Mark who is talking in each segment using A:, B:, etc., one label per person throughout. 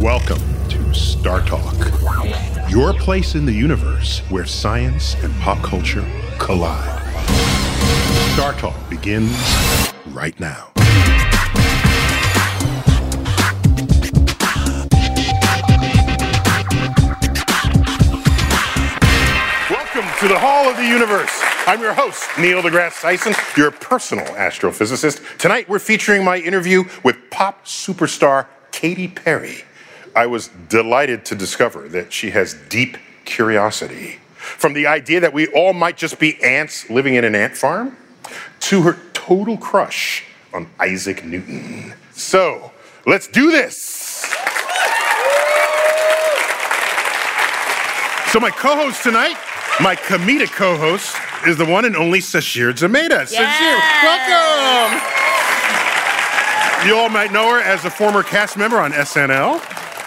A: Welcome to Star Talk, your place in the universe where science and pop culture collide. Star Talk begins right now. Welcome to the Hall of the Universe. I'm your host, Neil deGrasse Tyson, your personal astrophysicist. Tonight, we're featuring my interview with pop superstar Katy Perry. I was delighted to discover that she has deep curiosity. From the idea that we all might just be ants living in an ant farm to her total crush on Isaac Newton. So, let's do this. So my co-host tonight, my comedic co-host, is the one and only Sashir Zameda. Sashir,
B: Yes.
A: welcome. You all might know her as a former cast member on SNL.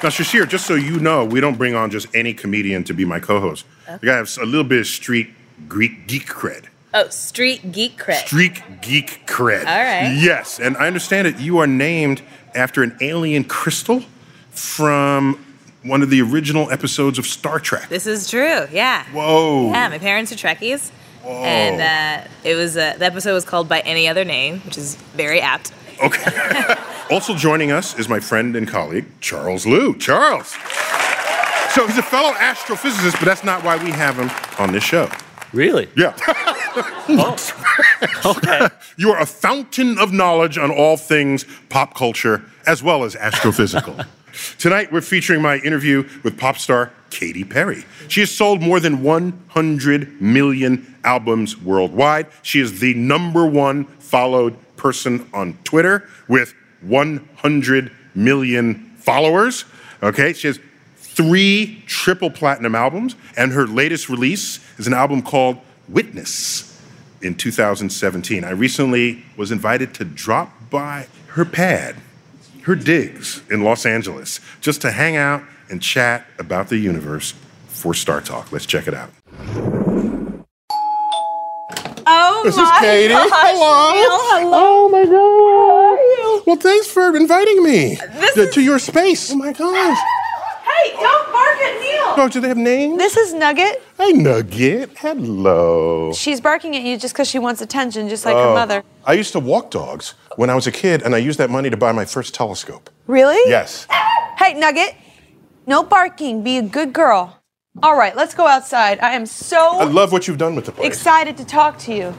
A: Now, Sashir, just so you know, we don't bring on just any comedian to be my co-host. We gotta have a little bit of street Greek geek cred.
B: Oh, street geek cred.
A: Street geek cred. All
B: right.
A: Yes, and I understand it. You are named after an alien crystal from one of the original episodes of Star Trek.
B: this is true. Yeah.
A: Whoa.
B: Yeah, my parents are Trekkies, and uh, it was uh, the episode was called by any other name, which is very apt.
A: Okay. also joining us is my friend and colleague, Charles Liu. Charles. So he's a fellow astrophysicist, but that's not why we have him on this show.
C: Really?
A: Yeah.
C: Okay.
A: You are a fountain of knowledge on all things pop culture as well as astrophysical. Tonight, we're featuring my interview with pop star Katy Perry. She has sold more than 100 million albums worldwide. She is the number one followed person on Twitter with 100 million followers. Okay, she has three triple platinum albums, and her latest release is an album called Witness in 2017. I recently was invited to drop by her pad, her digs in Los Angeles, just to hang out and chat about the universe for Star Talk. Let's check it out.
B: Oh
A: This is Katie. Hello. Oh my god. Well, thanks for inviting me to, to your space. Oh my gosh.
B: Hey, don't bark at Neil.
A: Oh, do they have names?
D: This is Nugget.
A: Hey, Nugget. Hello.
D: She's barking at you just because she wants attention, just like
A: Oh.
D: her mother.
A: I used to walk dogs when I was a kid, and I used that money to buy my first telescope.
D: Really?
A: Yes.
D: Hey, Nugget. No barking. Be a good girl. All right, let's go outside. I am so
A: I love what you've done with the place.
D: excited to talk to you.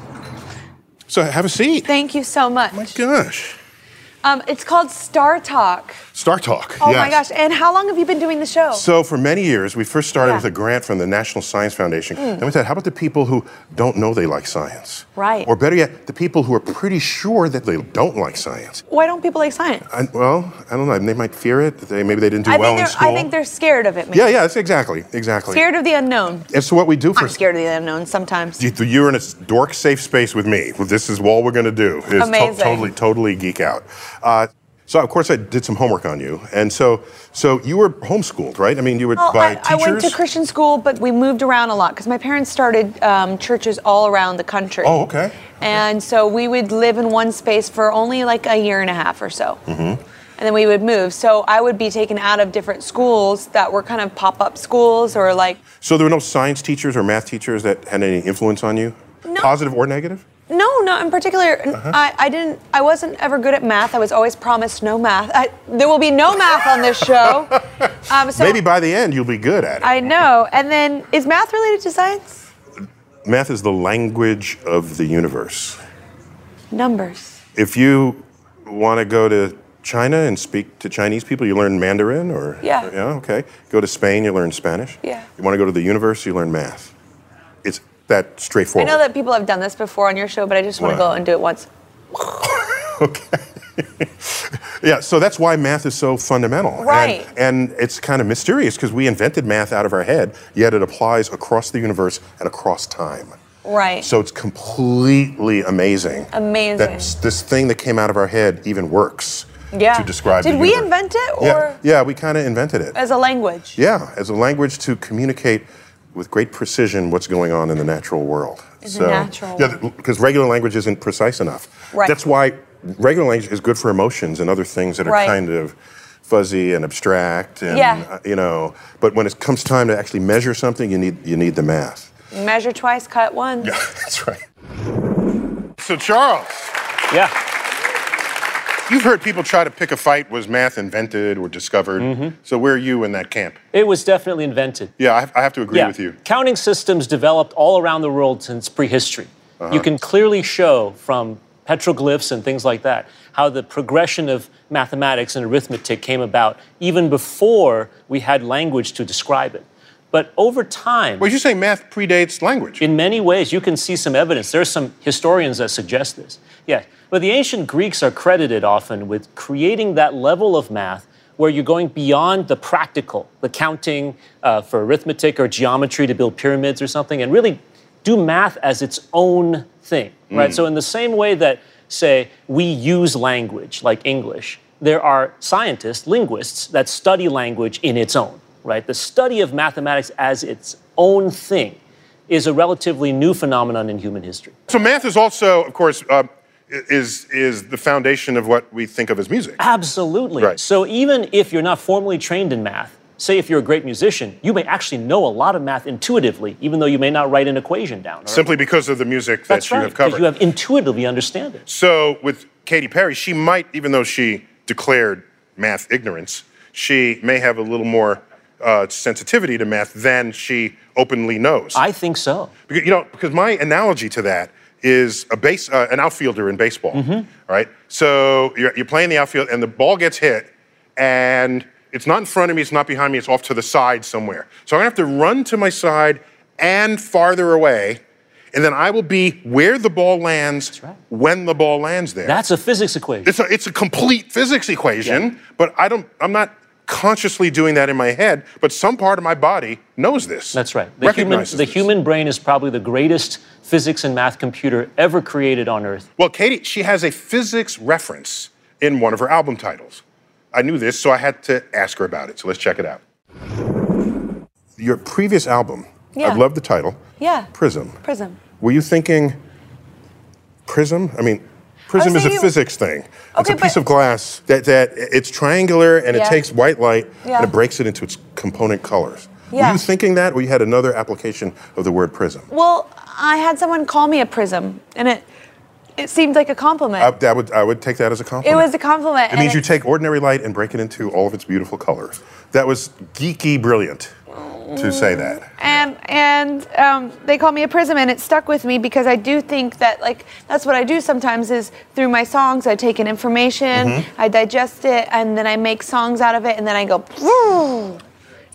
A: So have a seat. Oh
D: Thank you so much.
A: my gosh.
D: Um, it's called Star Talk.
A: Star Talk.
D: Oh my
A: yes.
D: gosh! And how long have you been doing the show?
A: So for many years, we first started
D: Yeah. Mm.
A: with a grant from the National Science Foundation. And we said, how about the people who don't know they like science?
D: Right.
A: Or better yet, the people who are pretty sure that they don't like science.
D: Why don't people like science?
A: I, well, I don't know. They might fear it. They, maybe they didn't do
D: I
A: well
D: think
A: in
D: they're.
A: school.
D: I think they're scared of it. Maybe.
A: yeah, yeah, that's exactly, exactly.
D: Scared of the unknown.
A: And so what we do for
D: I'm scared of the unknown sometimes.
A: You- You're in a dork safe space with me. This is all we're going to do. Is to-
D: Amazing.
A: totally, totally geek out. Uh, so of course I did some homework on you, and so so you were homeschooled, right? I mean, you were
D: Well,
A: by
D: I, I
A: teachers.
D: went to Christian school, but we moved around a lot because my parents started um, churches all around the country.
A: Oh, okay.
D: And so we would live in one space for only like a year and a half or so.
A: Mm-hmm.
D: And then we would move. So I would be taken out of different schools that were kind of pop up schools or like,
A: So there were no science teachers or math teachers that had any influence on you,
D: No.
A: positive or negative.
D: no, not in particular. N-
A: Uh-huh.
D: I, I didn't, I wasn't ever good at math. I was always promised no math. I, there will be no math on this show. Um, so
A: Maybe by the end you'll be good at it.
D: I know. And then is math related to science?
A: math is the language of the universe.
D: Numbers.
A: If you want to go to China and speak to Chinese people, you learn Mandarin or
D: Yeah.
A: okay. Go to Spain, you learn Spanish.
D: Yeah.
A: You want to go to the universe, you learn math. It's that
D: I
A: straightforward.
D: know that people have done this before on your show, but I just want to
A: What?
D: go and do it once.
A: okay. yeah, so that's why math is so fundamental. And-
D: Right.
A: And, it's kind of mysterious because we invented math out of our head, yet it applies across the universe and across time.
D: Right.
A: So it's completely amazing.
D: Amazing.
A: That s- this thing that came out of our head even works
D: Yeah.
A: to describe
D: Did
A: the
D: we
A: universe.
D: invent it,
A: Yeah,
D: or-
A: yeah we kind of invented it.
D: as a language.
A: yeah, as a language to communicate with great precision what's going on in the natural world.
D: the natural
A: Yeah, because regular language isn't precise enough.
D: Right.
A: That's why regular language is good for emotions and other things that are
D: Right.
A: kind of fuzzy and abstract and
D: Yeah.
A: uh, you know but when it comes time to actually measure something you need you need the math
D: Measure twice, cut once.
A: that's right so charles
C: Yeah.
A: you've heard people try to pick a fight was math invented or discovered
C: Mm-hmm.
A: so where are you in that camp
C: It was definitely invented.
A: yeah i, I have to agree
C: yeah.
A: with you
C: Counting systems developed all around the world since prehistory.
A: Uh-huh.
C: You can clearly show from petroglyphs and things like that how the progression of mathematics and arithmetic came about even before we had language to describe it. But over time,
A: well you say math predates language
C: in many ways, you can see some evidence. There are some historians that suggest this. Yeah. But the ancient Greeks are credited often with creating that level of math where you're going beyond the practical, the counting uh, for arithmetic or geometry to build pyramids or something, and really do math as its own thing, right? So, in the same way that, say, we use language like English, there are scientists, linguists, that study language in its own, right? The study of mathematics as its own thing is a relatively new phenomenon in human history.
A: so math is also of course uh, i- is is the foundation of what we think of as music
C: Uh-huh. Absolutely.
A: Right.
C: So even if you're not formally trained in math, say if you're a great musician, you may actually know a lot of math intuitively, even though you may not write an equation down. or-
A: simply because of the music
C: That's
A: that you
C: right,
A: have
C: because
A: covered
C: you have intuitively understand it.
A: So with Katy Perry, she might, even though she declared math ignorance, she may have a little more uh, sensitivity to math than she openly knows.
C: I think so.
A: Because, you know, because my analogy to that is a base, uh, an outfielder in baseball,
C: Mm-hmm.
A: all right? So you're, you're playing the outfield, and the ball gets hit, and it's not in front of me, it's not behind me, it's off to the side somewhere. So I'm gonna have to run to my side and farther away, and then I will be where the ball lands
C: right.
A: when the ball lands there.
C: That's a physics equation.
A: it's a, it's a complete physics equation,
C: Yeah.
A: but I don't, I'm not consciously doing that in my head, but some part of my body knows this.
C: That's right. The human,
A: recognizes
C: the
A: this.
C: human brain is probably the greatest physics and math computer ever created on Earth.
A: Well, Katie, she has a physics reference in one of her album titles. I knew this, so I had to ask her about it. So let's check it out. Your previous album,
D: Yeah.
A: I love the title.
D: Yeah.
A: Prism.
D: Prism.
A: Were you thinking prism? I mean, prism is a
D: thinking-
A: physics thing. it's a
D: Okay,
A: piece
D: but-
A: of glass that, that it's triangular and it
D: Yeah.
A: takes white light
D: Yeah.
A: and it breaks it into its component colors. Were
D: Yeah.
A: you thinking that, or you had another application of the word prism?
D: Well, I had someone call me a prism, and it it seemed like a compliment.
A: I, that would, I would take that as a
D: it
A: compliment.
D: was a compliment.
A: It means you take ordinary light and break it into all of its beautiful colors. That was geeky brilliant to
D: Mm.
A: say that.
D: and and um, they call me a prism, and it stuck with me because I do think that like that's what I do sometimes is through my songs I take in information,
A: Mm-hmm.
D: I digest it, and then I make songs out of it, and then I go. "Phew,"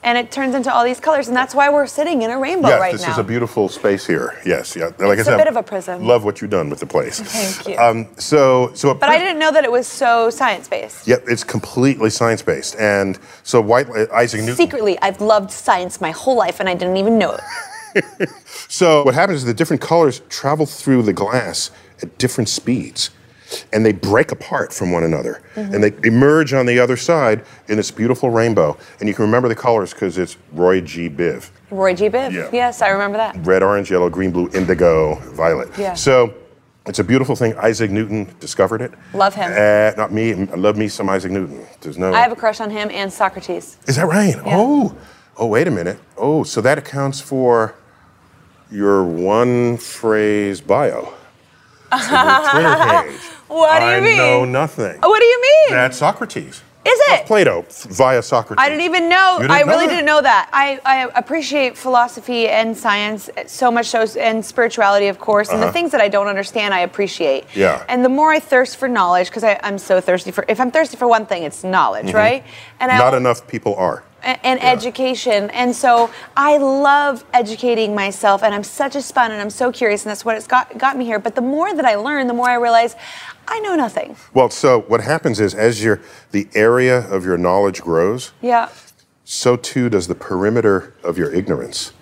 D: And it turns into all these colors, and that's why we're sitting in a rainbow
A: yes,
D: right
A: this
D: now.
A: is a beautiful space here. Yes, yeah. Like
D: It's
A: I
D: a
A: said,
D: bit of a prism.
A: Love what you've done with the place.
D: Thank you.
A: Um, so, so.
D: but I didn't know that it was so science based.
A: Yep, it's completely science based, and so white uh, Isaac Newton.
D: Secretly, I've loved science my whole life, and I didn't even know it.
A: So what happens is the different colors travel through the glass at different speeds, and they break apart from one another,
D: Mm-hmm.
A: and they emerge on the other side in this beautiful rainbow. And you can remember the colors because it's Roy G. Biv.
D: Roy G. Biv.
A: Yeah.
D: Yes, I remember that.
A: red, orange, yellow, green, blue, indigo, violet.
D: Yeah.
A: So it's a beautiful thing. Isaac Newton discovered it.
D: Love him.
A: Uh, not me. I love me some Isaac Newton. There's no.
D: I have a crush on him and Socrates.
A: Is that right? Oh. Oh, wait a minute. Oh, so that accounts for your one phrase bio. It's a Twitter page.
D: What do you
A: I
D: mean?
A: know nothing.
D: Oh, What do you mean?
A: That's Socrates.
D: Is it?
A: Plato via Socrates.
D: I didn't even know.
A: You didn't
D: I really
A: that?
D: didn't know that. I, I appreciate philosophy and science so much, so, and spirituality, of course, and the things that I don't understand, I appreciate.
A: Uh-huh. Yeah.
D: And the more I thirst for knowledge, because I'm so thirsty for, if I'm thirsty for one thing, it's knowledge, right? And I,
A: Mm-hmm. Not enough people are.
D: and, and education. And so I love educating myself, and I'm such a sponge, and I'm so curious, and that's what it's got got me here. But the more that I learn, the more I realize I know nothing.
A: Well, so what happens is as your the area of your knowledge grows,
D: Yeah.
A: so too does the perimeter of your ignorance.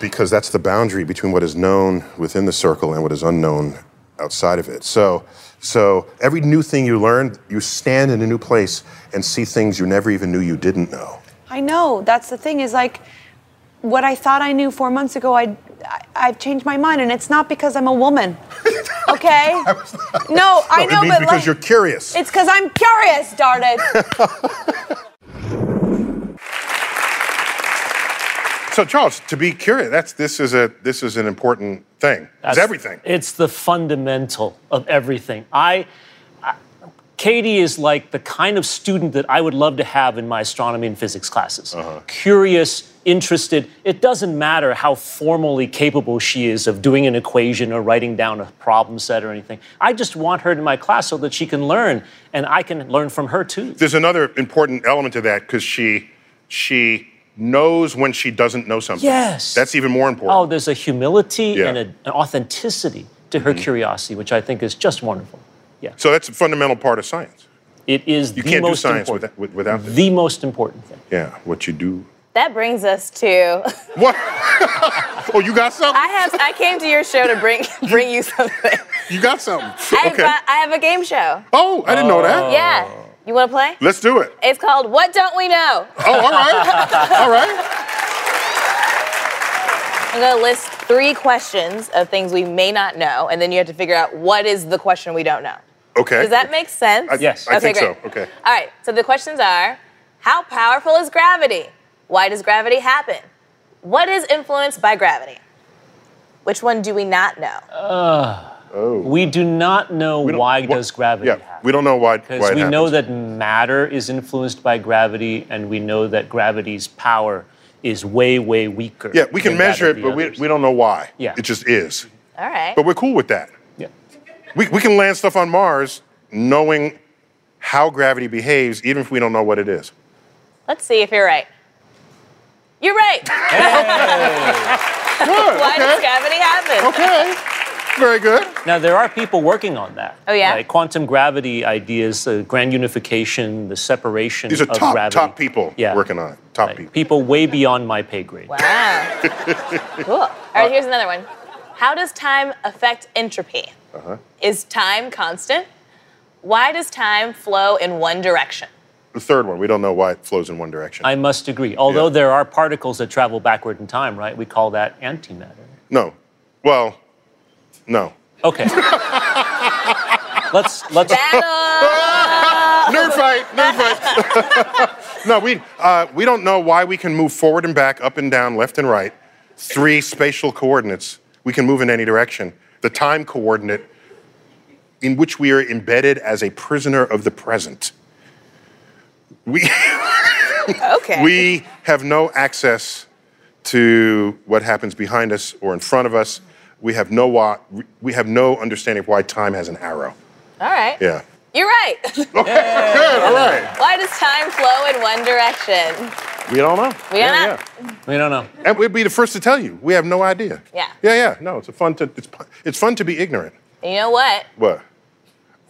A: because that's the boundary between what is known within the circle and what is unknown outside of it. So, so every new thing you learn, you stand in a new place and see things you never even knew you didn't know.
D: I know. That's the thing is like what I thought I knew four months ago, I, I I've changed my mind, and it's not because I'm a woman. Okay. no, I
A: it
D: know,
A: means
D: but
A: because
D: like,
A: you're curious.
D: It's because I'm curious, darn it.
A: So, Charles, to be curious, that's this is a this is an important thing. it's everything.
C: It's the fundamental of everything. I, I- Katie is like the kind of student that I would love to have in my astronomy and physics classes.
A: Uh-huh.
C: Curious, interested. It doesn't matter how formally capable she is of doing an equation or writing down a problem set or anything. I just want her in my class so that she can learn and I can learn from her too.
A: There's another important element to that because she she knows when she doesn't know something.
C: Yes.
A: That's even more important.
C: Oh, there's a humility
A: Yeah. Mm-hmm.
C: and a, an authenticity to her curiosity, which I think is just wonderful. Yeah.
A: So that's a fundamental part of science.
C: It is
A: You
C: the
A: can't do
C: most
A: science without,
C: important.
A: with- without this.
C: the most important thing.
A: Yeah, what you do.
B: That brings us to.
A: What? oh, you got something?
B: I have. I came to your show to bring bring you something.
A: you got something.
B: I've
A: okay.
B: got, I have a game show.
A: oh, I didn't know that.
B: Yeah.
A: Oh.
B: You want to play?
A: Let's do it.
B: It's called What Don't We Know?
A: Oh, all right. all right.
B: I'm going to list three questions of things we may not know, and then you have to figure out what is the question we don't know.
A: Okay.
B: Does that make sense?
A: I,
C: Yes.
A: Uh, I
B: Okay,
A: think so.
B: great.
A: Okay.
B: All right. So the questions are How powerful is gravity? Why does gravity happen? What is influenced by gravity? Which one do we not know?
C: We do not know
A: We don't-
C: why
A: what-
C: does gravity
A: Yeah,
C: happen.
A: we don't know why. why
C: Because
A: it
C: we know
A: happens.
C: that matter is influenced by gravity, and we know that gravity's power is way, way weaker.
A: Yeah, we can
C: than that
A: measure
C: of
A: it,
C: the
A: but we,
C: others.
A: we don't know why.
C: Yeah.
A: It just is.
B: All right.
A: But we're cool with that.
C: Yeah.
A: We, we can land stuff on Mars knowing how gravity behaves, even if we don't know what it is.
B: Let's see if you're right. You're right.
A: Good.
B: Why does
A: okay.
B: gravity happen?
A: okay. Very good.
C: Now there are people working on that.
B: Oh, yeah?
C: Like quantum gravity ideas, the grand unification, the separation
A: These are
C: of
A: top
C: gravity.
A: top people
C: Yeah.
A: working on it. Top
C: Like,
A: people.
C: people way beyond my pay grade.
B: Wow. cool. All right, here's another one. How does time affect entropy?
A: Uh-huh.
B: Is time constant? Why does time flow in one direction?
A: The third one, we don't know why it flows in one direction.
C: I must agree. Although
A: Yeah.
C: there are particles that travel backward in time, right? We call that antimatter.
A: no. Well, no.
C: Okay. let's let's
B: Battle!
A: Nerd fight. Nerd fight. no, we uh, we don't know why we can move forward and back, up and down, left and right. Three spatial coordinates. We can move in any direction. The time coordinate in which we are embedded as a prisoner of the present. We
B: okay.
A: we have no access to what happens behind us or in front of us. We have no wa- we have no understanding of why time has an arrow.
B: All right.
A: Yeah.
B: You're right.
A: Okay. Good. All right.
B: Why does time flow in one direction?
A: We don't know.
B: We don't know.
C: we don't know.
A: And we'd be the first to tell you. We have no idea.
B: Yeah.
A: Yeah, yeah. No, it's a fun to it's pu- it's fun to be ignorant.
B: You know what?
A: What?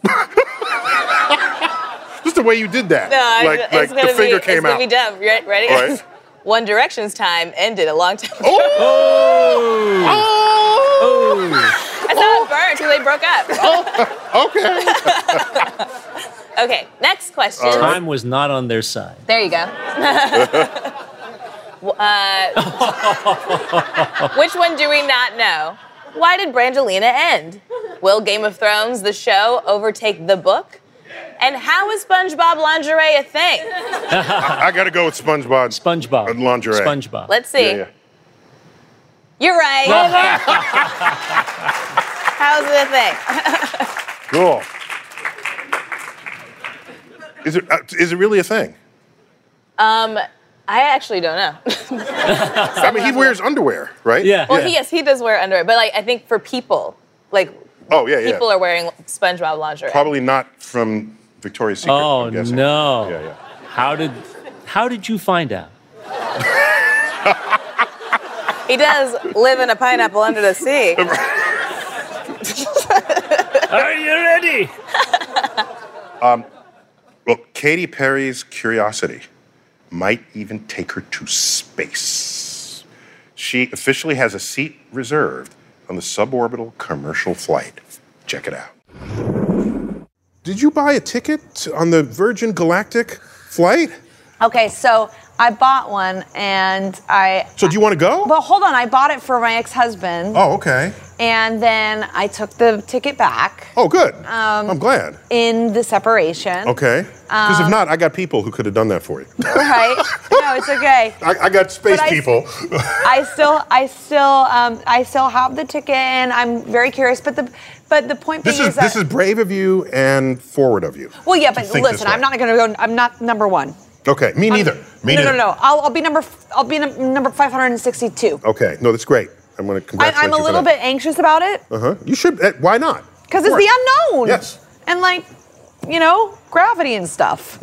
A: Just the way you did that.
B: No,
A: like
B: it's,
A: like
B: it's gonna
A: the finger
B: be,
A: came
B: it's
A: out.
B: gonna be dumb. Re- Ready?
A: All right.
B: One Direction's time ended a long time ago.
A: Oh! Oh!
B: I saw it burn because they broke up.
A: Okay. Oh.
B: okay, next question.
A: Uh-huh.
C: Time was not on their side.
B: There you go. uh, which one do we not know? Why did Brangelina end? Will Game of Thrones, the show, overtake the book? And how is SpongeBob lingerie a thing?
A: I got to go with SpongeBob.
C: SpongeBob.
A: And lingerie.
C: SpongeBob.
B: Let's see.
A: yeah, yeah.
B: You're right. How's it a thing?
A: Cool. Is it uh, is it really a thing?
B: I actually don't know.
A: I mean, he wears underwear, right?
C: Yeah.
B: Well, he, yes, he does wear underwear, but like I think for people, like
A: Oh, yeah, yeah.
B: people are wearing SpongeBob lingerie.
A: Probably not from Victoria's Secret.
C: Oh,
A: I'm guessing.
C: no.
A: Yeah, yeah.
C: How did how did you find out?
B: He does live in a pineapple under the sea.
C: Are you ready?
A: Well, Katy Perry's curiosity might even take her to space. She officially has a seat reserved on the suborbital commercial flight. Check it out. Did you buy a ticket on the Virgin Galactic flight?
D: Okay, so I bought one and I.
A: So do you want to go?
D: But hold on, I bought it for my ex-husband,
A: oh, okay.
D: and then I took the ticket back
A: Oh, good.
D: Um,
A: I'm glad.
D: in the separation.
A: Okay. Because
D: um,
A: if not, I got people who could have done that for you.
D: Right? no, it's okay.
A: I, I got space
D: But I-
A: people.
D: I still, I still, um, I still have the ticket, and I'm very curious. But the, but the point
A: this
D: being
A: is
D: that
A: this is brave of you and forward of you.
D: well, yeah. But
A: think this
D: listen,
A: way.
D: I'm not gonna go. I'm not number one.
A: Okay. Me neither. Me
D: no,
A: neither.
D: no, no, I'll, I'll be number. f- I'll be num- number 562.
A: Okay. No, Oh, that's great. I'm going to
D: I,
A: congratulate
D: I'm a
A: you for
D: little bit
A: that.
D: anxious about it
A: Uh-huh. You should. eh, why not?
D: because it's
A: Of
D: the
A: course.
D: unknown.
A: Yes.
D: And like, you know, gravity and stuff.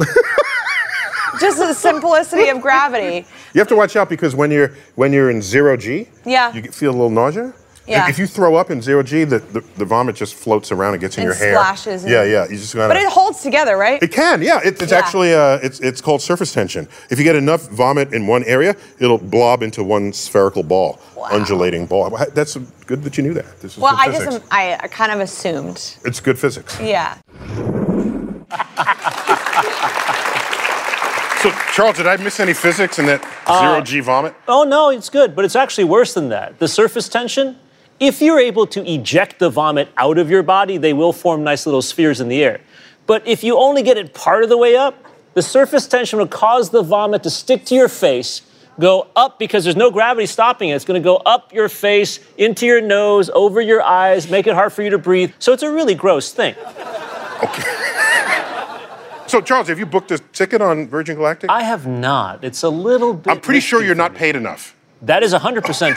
D: Just the simplicity of gravity.
A: You have to watch out because when you're when you're in zero G,
D: Yeah.
A: you get- feel a little nausea.
D: Yeah.
A: If you throw up in zero G, the, the, the vomit just floats around and gets in
D: And
A: your hair.
D: splashes and-
A: Yeah, yeah. You just gotta.
D: But it holds together, right?
A: It can, yeah. It, it's
D: Yeah.
A: actually uh, it's it's called surface tension. If you get enough vomit in one area, it'll blob into one spherical ball,
D: Wow.
A: undulating ball. Wha- That's good that you knew that. This is
D: well,
A: good
D: I
A: physics.
D: just, I, I kind of assumed.
A: It's good physics.
D: Yeah.
A: So, Charles, did I miss any physics in that
D: Uh,
A: zero G vomit?
C: Oh no, it's good, but it's actually worse than that. The surface tension, if you're able to eject the vomit out of your body, they will form nice little spheres in the air. But if you only get it part of the way up, the surface tension will cause the vomit to stick to your face, go up because there's no gravity stopping it. It's going to go up your face, into your nose, over your eyes, make it hard for you to breathe. So it's a really gross thing.
A: So, Charles, have you booked a ticket on Virgin Galactic?
C: I have not. It's a little bit
A: I'm pretty sure
C: risky
A: you're
C: for
A: not
C: me.
A: paid enough.
C: That is 100%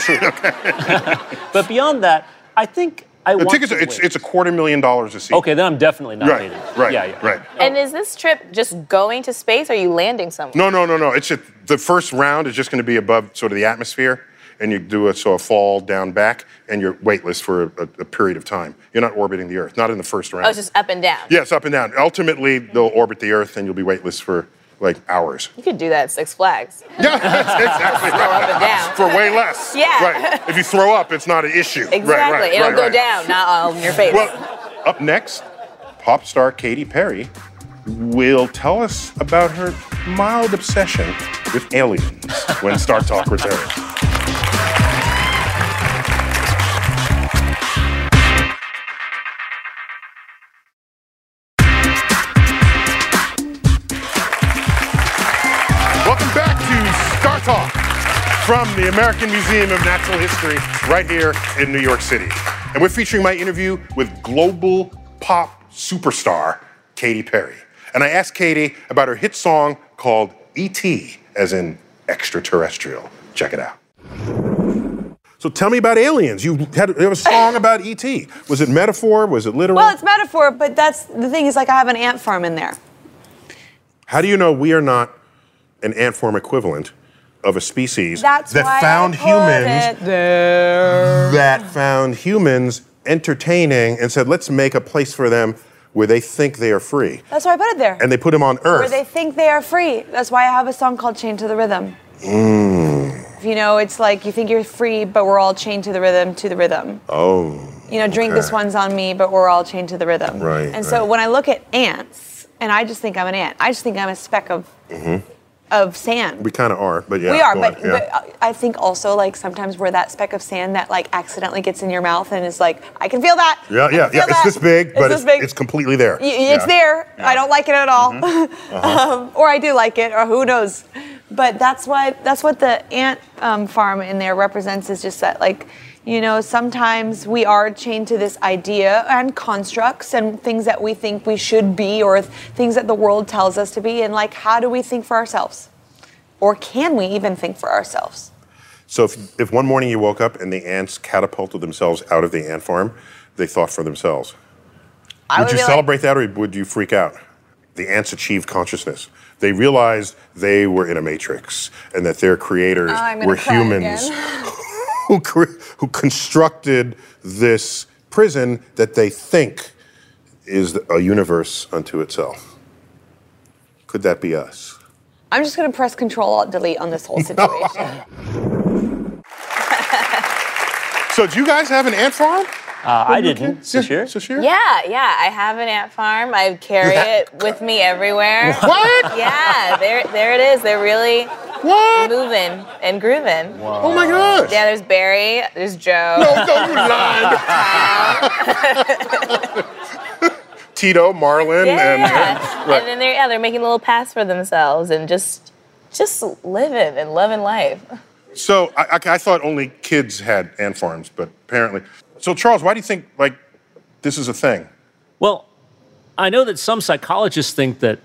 C: true. but beyond that, I think I
A: The
C: want
A: tickets
C: to
A: are, it's
C: wait.
A: it's a quarter million dollars a seat.
C: Okay, then I'm definitely not
A: Right.
C: dating.
A: Right.
C: Yeah, yeah.
A: Right.
B: And is this trip just going to space? Or are you landing somewhere?
A: No, no, no, no. It's just, the first round is just going to be above sort of the atmosphere, and you do a so a fall down back, and you're weightless for a, a period of time. You're not orbiting the Earth, not in the first round.
B: Oh, it's just up and down.
A: yes, up and down. Ultimately, they'll orbit the Earth, and you'll be weightless for like hours.
B: You could do that at Six Flags.
A: Yeah, that's exactly right.
B: Up and down.
A: For way less.
B: Yeah.
A: Right. If you throw up, it's not an issue. Right,
B: Exactly.
A: Right, right,
B: It'll go
A: right.
B: down, not all in your face.
A: Well, up next, pop star Katy Perry will tell us about her mild obsession with aliens when Star Talk returns. Welcome back to Star Talk from the American Museum of Natural History, right here in New York City. And we're featuring my interview with global pop superstar Katy Perry. And I asked Katy about her hit song called E.T., as in extraterrestrial. Check it out. So tell me about aliens. You had you have a song about E.T. Was it metaphor? Was it literal?
D: Well, it's metaphor, but that's the thing is like I have an ant farm in there.
A: How do you know we are not an ant form equivalent of a species
D: That's
A: that
D: why I
A: found
D: put
A: humans
D: it there.
A: that found humans entertaining and said, let's make a place for them where they think they are free.
D: That's why I put it there.
A: And they put them on
D: where
A: Earth.
D: they think they are free. That's why I have a song called "Chained to the Rhythm."
A: Mm.
D: You know, it's like you think you're free, but we're all chained to the rhythm, to the rhythm.
A: oh.
D: You know, drink this
A: okay.
D: one's on me, but we're all chained to the rhythm.
A: Right,
D: And so
A: right.
D: when I look at ants, and I just think I'm an ant. I just think I'm a speck of
A: Mm-hmm.
D: of sand.
A: We kind of are, but yeah.
D: We are,
A: go
D: but,
A: on, yeah.
D: but uh, I think also like sometimes we're that speck of sand that like accidentally gets in your mouth and is like, I can feel that. I
A: yeah,
D: can
A: yeah,
D: feel
A: yeah. It's
D: that.
A: this big, but
D: this
A: it's,
D: big.
A: it's completely there.
D: Y- y- It's
A: Yeah. Mm-hmm. Uh-huh.
D: there. I don't like it at all, um, or I do like it, or who knows. But that's why that's what the ant um, farm in there represents is just that, like, you know, sometimes we are chained to this idea and constructs and things that we think we should be, or th- things that the world tells us to be, and like, how do we think for ourselves, or can we even think for ourselves?
A: So if, if one morning you woke up and the ants catapulted themselves out of the ant farm, they thought for themselves.
D: I
A: would you
D: be like-
A: celebrate that or would you freak out? The ants achieved consciousness. They realized they were in a matrix and that their creators
D: Oh, I'm gonna
A: were
D: cry
A: humans
D: again.
A: who, cre- who constructed this prison that they think is a universe unto itself. Could that be us?
D: I'm just gonna press Control Alt Delete on this whole situation.
A: So, do you guys have an ant farm?
C: Uh, I didn't this year.
A: Sashir?
B: yeah, yeah. I have an ant farm. I carry it with me everywhere.
A: What?
B: Yeah, there, there it is. They're really
A: What?
B: moving and grooving.
A: Oh my gosh.
B: Yeah, there's Barry, there's Joe.
A: No, no, you lied. Tito, Marlon,
B: Yeah,
A: and
B: yeah.
A: Right.
B: and then they're yeah they're making a little pass for themselves and just just living and loving life.
A: So I, I, I thought only kids had ant farms, but apparently. So Charles, why do you think like this is a thing?
C: Well, I know that some psychologists think that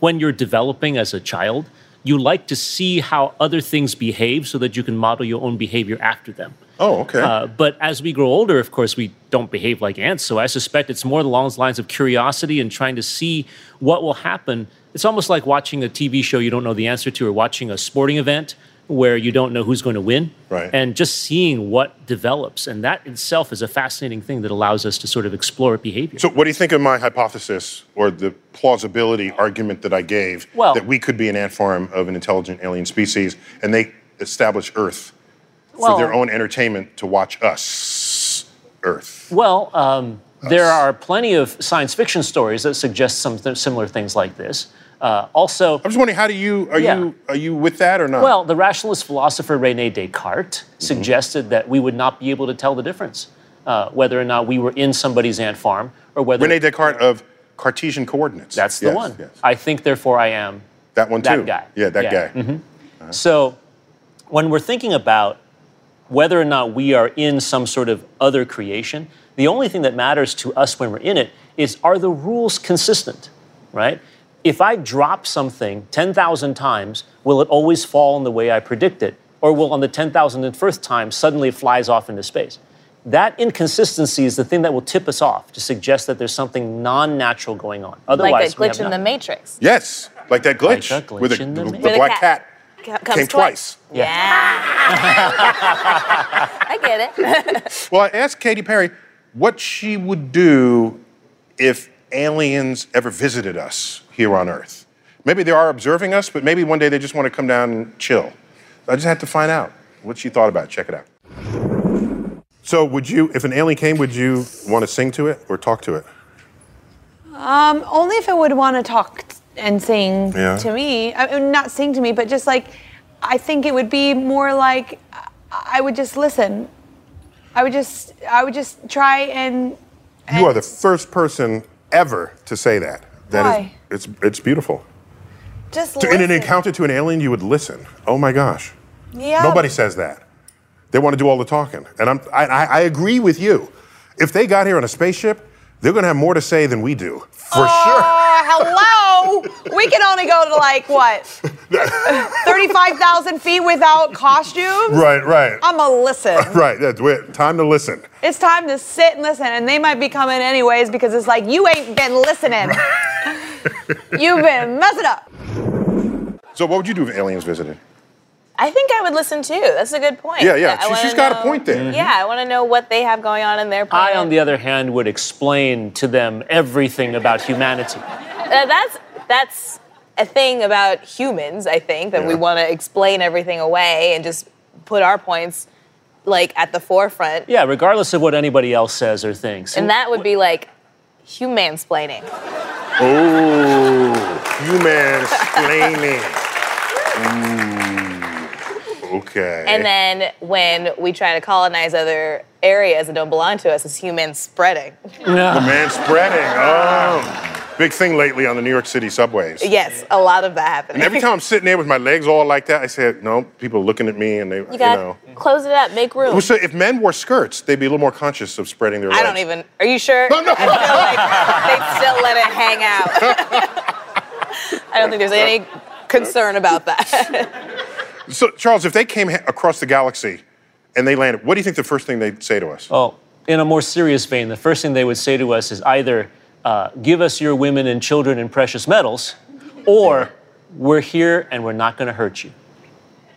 C: when you're developing as a child, you like to see how other things behave so that you can model your own behavior after them.
A: Oh, okay.
C: Uh, but as we grow older, of course, we don't behave like ants. So I suspect it's more along the lines of curiosity and trying to see what will happen. It's almost like watching a TV show you don't know the answer to, or watching a sporting event where you don't know who's going to win,
A: Right.
C: and just seeing what develops. And that itself is a fascinating thing that allows us to sort of explore behavior.
A: so what do you think of my hypothesis or the plausibility argument that I gave
C: Well-
A: that we could be an ant farm of an intelligent alien species and they establish Earth for their own entertainment to watch us Earth?
C: Well, um, there are plenty of science fiction stories that suggest some th- similar things like this. Uh, also,
A: I'm just wondering, how do you are
C: Yeah.
A: you are you with that or not?
C: well, the rationalist philosopher Rene Descartes
A: Mm-hmm.
C: suggested that we would not be able to tell the difference uh, whether or not we were in somebody's ant farm or whether
A: Rene Descartes of Cartesian coordinates.
C: that's the
A: Yes,
C: one.
A: yes.
C: I think, therefore, I am.
A: that one too.
C: that guy.
A: Yeah, that
C: Yeah. Mm-hmm.
A: guy.
C: So, when we're thinking about whether or not we are in some sort of other creation, the only thing that matters to us when we're in it is are the rules consistent, right? If I drop something 10,000 times, will it always fall in the way I predict it? Or will on the 10,001st time, suddenly it flies off into space? That inconsistency is the thing that will tip us off to suggest that there's something non natural going on. Otherwise,
B: Like that
C: we
B: glitch
C: have
B: in the
C: nothing.
B: Matrix.
A: Yes, like that glitch,
C: Like that glitch
A: with the,
C: in the
A: the,
C: maze.
A: the
B: Where the
A: black
B: cat
A: cat,
B: co- comes
A: came twice.
B: Yeah. I get it.
A: Well, I asked Katy Perry what she would do if aliens ever visited us here on Earth. Maybe they are observing us, but maybe one day they just want to come down and chill. I just had to find out what she thought about it. Check it out. So, would you, if an alien came, would you want to sing to it or talk to it?
D: Um, only if it would want to talk t- and sing
A: Yeah.
D: to me. I mean, not sing to me, but just like, I think it would be more like I I would just listen. I would just, I would just try and.
A: You are the first person ever to say that. That is-
D: Why?
A: it's, it's beautiful.
D: Just
A: To- in an
D: listen.
A: encounter to an alien, you would listen. Oh my gosh.
D: Yeah.
A: Nobody says that. They want to do all the talking. And I'm, I, I, I agree with you. If they got here on a spaceship, they're going to have more to say than we do, for
D: Uh, hello. we can only go to like what, thirty-five thousand feet without costumes.
A: sure. Right, right.
D: I'm a listen.
A: right, that's it. Time to listen.
D: It's time to sit and listen, and they might be coming anyways because it's like you ain't been listening. You've been messing up.
A: So, what would you do if aliens visited?
B: I think I would listen too. That's a good point.
A: Yeah, yeah.
B: I
A: She,
B: wanna
A: she's got a
B: know-
A: point there.
B: Yeah, I want to know what they have going on in their planet.
C: I, on the other hand, would explain to them everything about humanity.
B: Uh, that's that's a thing about humans, I think, that we
A: Yeah.
B: want to explain everything away and just put our points like at the forefront.
C: Yeah, regardless of what anybody else says or thinks.
B: And that would be like human splaining.
A: Oh, you man explaining. Ooh, okay.
B: And then when we try to colonize other areas that don't belong to us, it's human spreading.
A: man spreading. Oh. Big thing lately on the New York City subways.
B: Yes, a lot of that happening.
A: And every time I'm sitting there with my legs all like that, I said, no, people are looking at me and they, you,
B: you got
A: know.
B: to close it up, make room.
A: Well, so if men wore skirts, they'd be a little more conscious of spreading their
B: I
A: legs.
B: don't even. Are you sure?
A: No, no.
B: I feel like they still let it hang out. I don't think there's any concern about that.
A: So, Charles, if they came ha- across the galaxy and they landed, what do you think the first thing they'd say to us?
C: well, in a more serious vein, the first thing they would say to us is either uh, give us your women and children and precious metals, or we're here and we're not going to hurt you.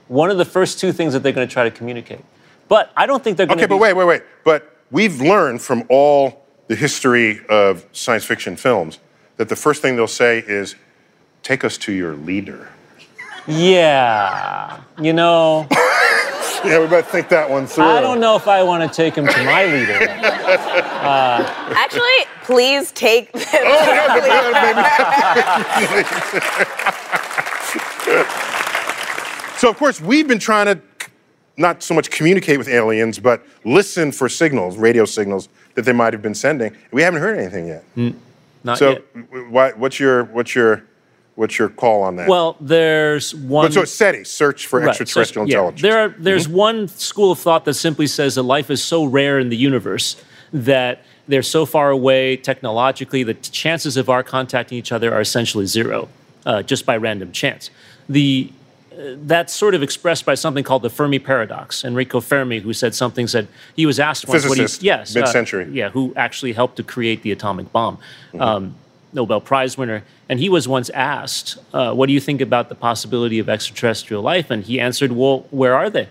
C: One of the first two things that they're going to try to communicate. But I don't think they're going to.
A: okay, but wait, wait, wait. But we've learned from all the history of science fiction films that the first thing they'll say is, take us to your leader.
C: Yeah. You know,
A: Yeah, we better think that one through.
C: I don't know if I want to take him to my leader.
B: Actually, please take.
A: Oh, Baby. So, of course, we've been trying to c- not so much communicate with aliens, but listen for signals, radio signals that they might have been sending. We haven't heard anything yet.
C: Not
A: so,
C: yet.
A: w- w- why, what's your what's your what's your call on that?
C: Well, there's one.
A: but so it's SETI, search for
C: Right, so-
A: extraterrestrial
C: yeah,
A: intelligence. Mm-hmm.
C: There are, there's one school of thought that simply says that life is so rare in the universe that they're so far away technologically that chances of our contacting each other are essentially zero, uh, just by random chance. The that's sort of expressed by something called the Fermi paradox. Enrico Fermi, who said something, said he was asked once what
A: Physicist,
C: he yes, uh,
A: mid-century. Mm-hmm.
C: yeah, who actually helped to create the atomic bomb, um, Nobel Prize winner, and he was once asked, uh, "What do you think about the possibility of extraterrestrial life?" And he answered, "Well, where are they?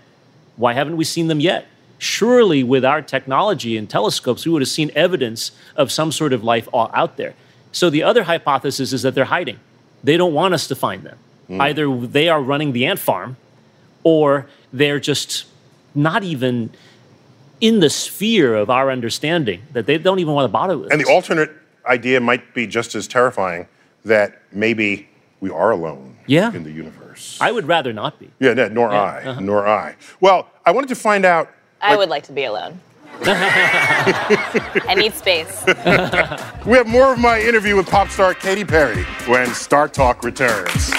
C: Why haven't we seen them yet?" Surely, with our technology and telescopes, we would have seen evidence of some sort of life all out there. So, the other hypothesis is that they're hiding. They don't want us to find them.
A: Mm.
C: Either they are running the ant farm or they're just not even in the sphere of our understanding that they don't even want to bother with
A: and the
C: us.
A: alternate idea might be just as terrifying that maybe we are alone
C: Yeah.
A: in the universe.
C: I would rather not be.
A: yeah, no, nor I,
C: uh-huh.
A: nor I. Well, I wanted to find out.
B: I would like to be alone. I need space.
A: We have more of my interview with pop star Katy Perry when Star Talk returns.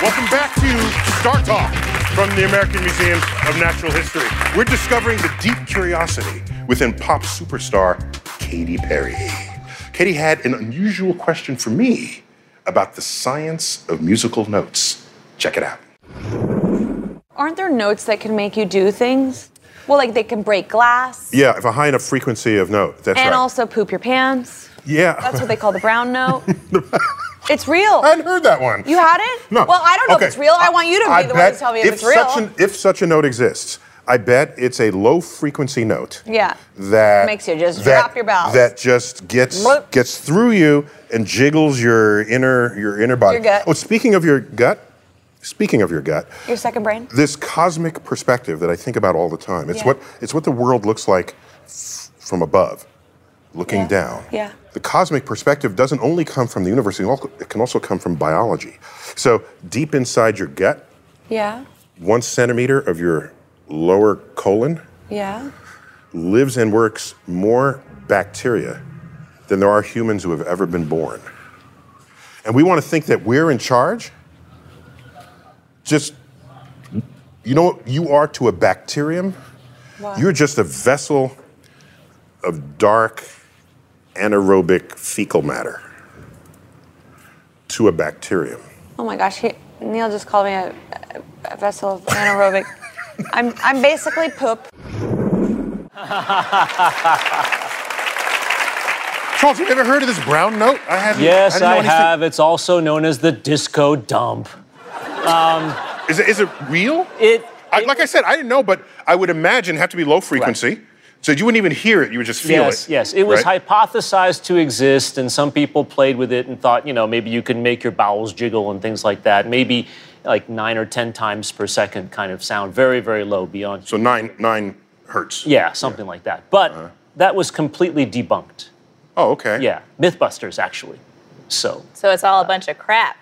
A: Welcome back to Star Talk from the American Museum of Natural History. We're discovering the deep curiosity within pop superstar Katy Perry. Katy had an unusual question for me about the science of musical notes. Check it out.
D: Aren't there notes that can make you do things? Well, like they can break glass
A: Yeah, if a high enough frequency of note, that's
D: and also poop your pants.
A: yeah,
D: That's what they call the brown note. it's real.
A: I hadn't heard that one.
D: You had it?
A: No.
D: Well, I don't know
A: Okay.
D: if it's real. I want you to be
A: I
D: the one
A: bet
D: to tell me if, it's real.
A: such An, if such a note exists, I bet it's a low frequency note.
D: Yeah.
A: That
D: Makes you just
A: that-
D: drop your bowels.
A: That just gets
D: Bloop.
A: gets through you and jiggles your inner your inner body.
D: Your gut.
A: Oh, speaking of your gut, speaking of your gut,
D: Your second brain?
A: this cosmic perspective that I think about all the time. It's
D: Yeah.
A: what it's what the world looks like f- from above, looking
D: Yeah.
A: down.
D: Yeah.
A: The cosmic perspective doesn't only come from the universe; it al- it can also come from biology. So deep inside your gut,
D: Yeah.
A: one centimeter of your lower colon
D: Yeah.
A: lives and works more bacteria than there are humans who have ever been born. And we want to think that we're in charge. Just, you know what you are to a bacterium?
D: Wow.
A: You're just a vessel of dark anaerobic fecal matter to a bacterium.
D: Oh my gosh, he, Neil just called me a, a vessel of anaerobic. I'm, I'm basically poop.
A: Charles, you ever heard of this brown note? I hadn't.
C: Yes,
A: didn't know
C: I,
A: anything-
C: have. It's also known as the disco dump.
A: Is it, is it real?
C: It,
A: I,
C: it-
A: like I said, I didn't know, but I would imagine have to be low frequency. So you wouldn't even hear it; you would just feel
C: yes,
A: it.
C: Yes, it was
A: right?
C: hypothesized to exist, and some people played with it and thought, you know, maybe you can make your bowels jiggle and things like that. Maybe like nine or ten times per second kind of sound, very, very low beyond.
A: So nine nine hertz.
C: yeah, something like that. But
A: Uh-huh.
C: that was completely debunked.
A: Oh, okay.
C: Yeah, Mythbusters actually. So
B: So it's all a bunch of crap.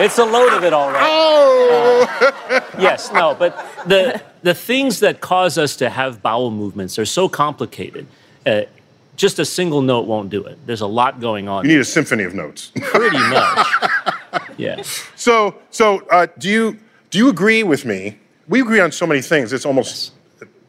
C: it's a load of it all right.
A: Oh.
C: yes, no, but the the things that cause us to have bowel movements are so complicated. Uh, just a single note won't do it. There's a lot going on.
A: You need a symphony of notes.
C: pretty much. yeah.
A: so so uh, do you do you agree with me? We agree on so many things. It's almost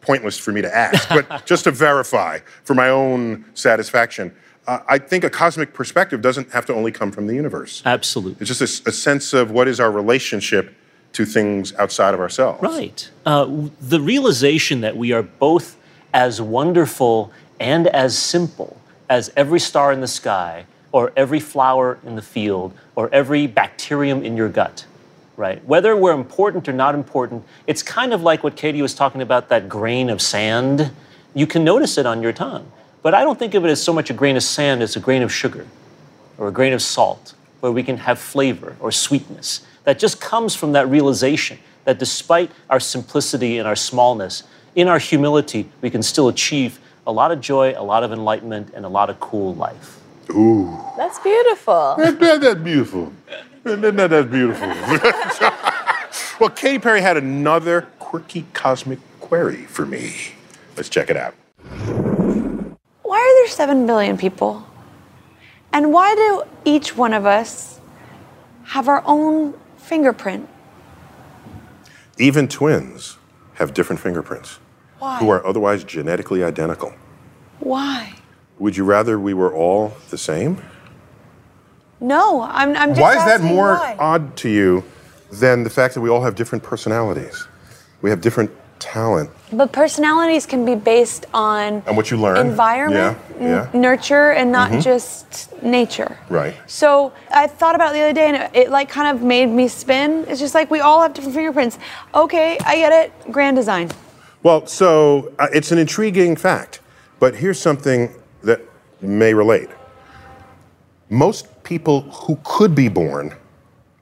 A: pointless for me to ask, but just to verify for my own satisfaction, uh, I think a cosmic perspective doesn't have to only come from the universe.
C: Absolutely.
A: It's just a s- a, sense of what is our relationship to things outside of ourselves.
C: Right. Uh, w- the realization that we are both as wonderful and as simple as every star in the sky, or every flower in the field, or every bacterium in your gut. Right. Whether we're important or not important, it's kind of like what Katie was talking about that grain of sand. You can notice it on your tongue. But I don't think of it as so much a grain of sand as a grain of sugar. or a grain of salt, where we can have flavor or sweetness that just comes from that realization that despite our simplicity and our smallness, in our humility, we can still achieve a lot of joy, a lot of enlightenment, and a lot of cool life.
B: That's beautiful.
A: Not that that's beautiful. Not that that's beautiful. well, Katy Perry had another quirky cosmic query for me. Let's check it out.
D: Why are there 7 billion people? And why do each one of us have our own fingerprint?
A: Even twins have different fingerprints,
D: Why?
A: who are otherwise genetically identical.
D: Why?
A: Would you rather we were all the same?
D: No, I'm, I'm just
A: Why is that
D: asking
A: more
D: why.
A: odd to you than the fact that we all have different personalities? We have different talent
D: But personalities can be based on
A: and what you learn.
D: environment,
A: Yeah, yeah. Mm-hmm.
D: n- nurture, and not just nature.
A: Right.
D: So I thought about it the other day, and it, it like kind of made me spin. It's just like we all have different fingerprints. Okay, I get it. Grand design.
A: Well, so uh, it's an intriguing fact, but here's something that may relate. Most people who could be born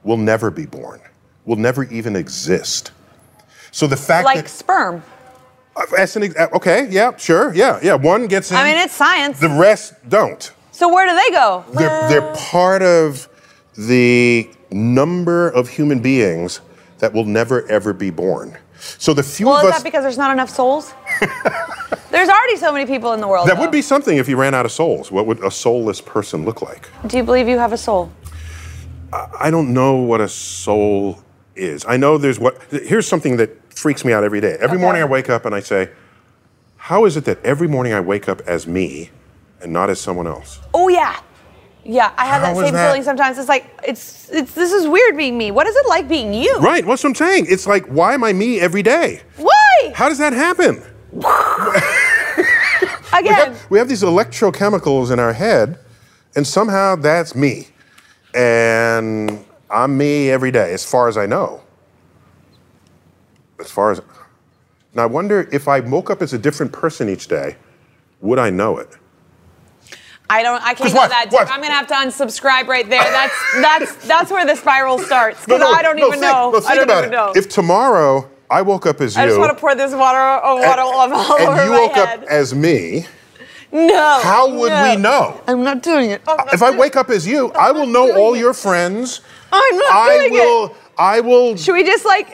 A: will never be born, will never even exist. So the fact
D: Like
A: that
D: sperm.
A: uh, as an ex- uh, okay, yeah, sure, yeah, yeah, one gets in.
D: I mean, it's science.
A: the rest don't.
D: so where do they go?
A: They're, they're part of the number of human beings that will never ever be born. So the few
D: Well,
A: of
D: is
A: us
D: that because there's not enough souls? there's already so many people in the world.
A: That would be
D: though.
A: something if you ran out of souls. What would a soulless person look like?
D: Do you believe you have a soul?
A: I don't know what a soul is. I know there's what. Here's something that freaks me out every day. Every morning I wake up and I say, How is it that every morning I wake up as me and not as someone else?
D: Oh yeah. Yeah, I have
A: How
D: that
A: is
D: same
A: that?
D: feeling sometimes. It's like it's it's this is weird being me. What is it like being you?
A: Right, what's what I'm saying? It's like, why am I me every day?
D: Why?
A: How does that happen?
D: Again.
A: We have these electrochemicals in our head, and somehow that's me. And I'm me every day, as far as I know. As far as. Now, I wonder if I woke up as a different person each day, would I know it?
D: I don't I can't
A: 'Cause
D: go
A: what?
D: that deep.
A: What?
D: I'm gonna have to unsubscribe right there. That's that's that's where the spiral starts. Because I don't even
A: think,
D: know.
A: No, think
D: I don't
A: about
D: even
A: it.
D: know.
A: If tomorrow I woke up as
D: I
A: you,
D: just want to pour this water oh, water all all
A: and
D: over
A: you
D: my
A: woke
D: head.
A: up as me,
D: no.
A: how would we
D: no. Oh,
A: know?
D: I'm not doing it. I'm not
A: If I
D: doing-
A: wake up as you, I will know
D: doing
A: all
D: it.
A: your friends.
D: I'm not
A: I
D: doing
A: will.
D: it.
A: I will.
D: Should we just like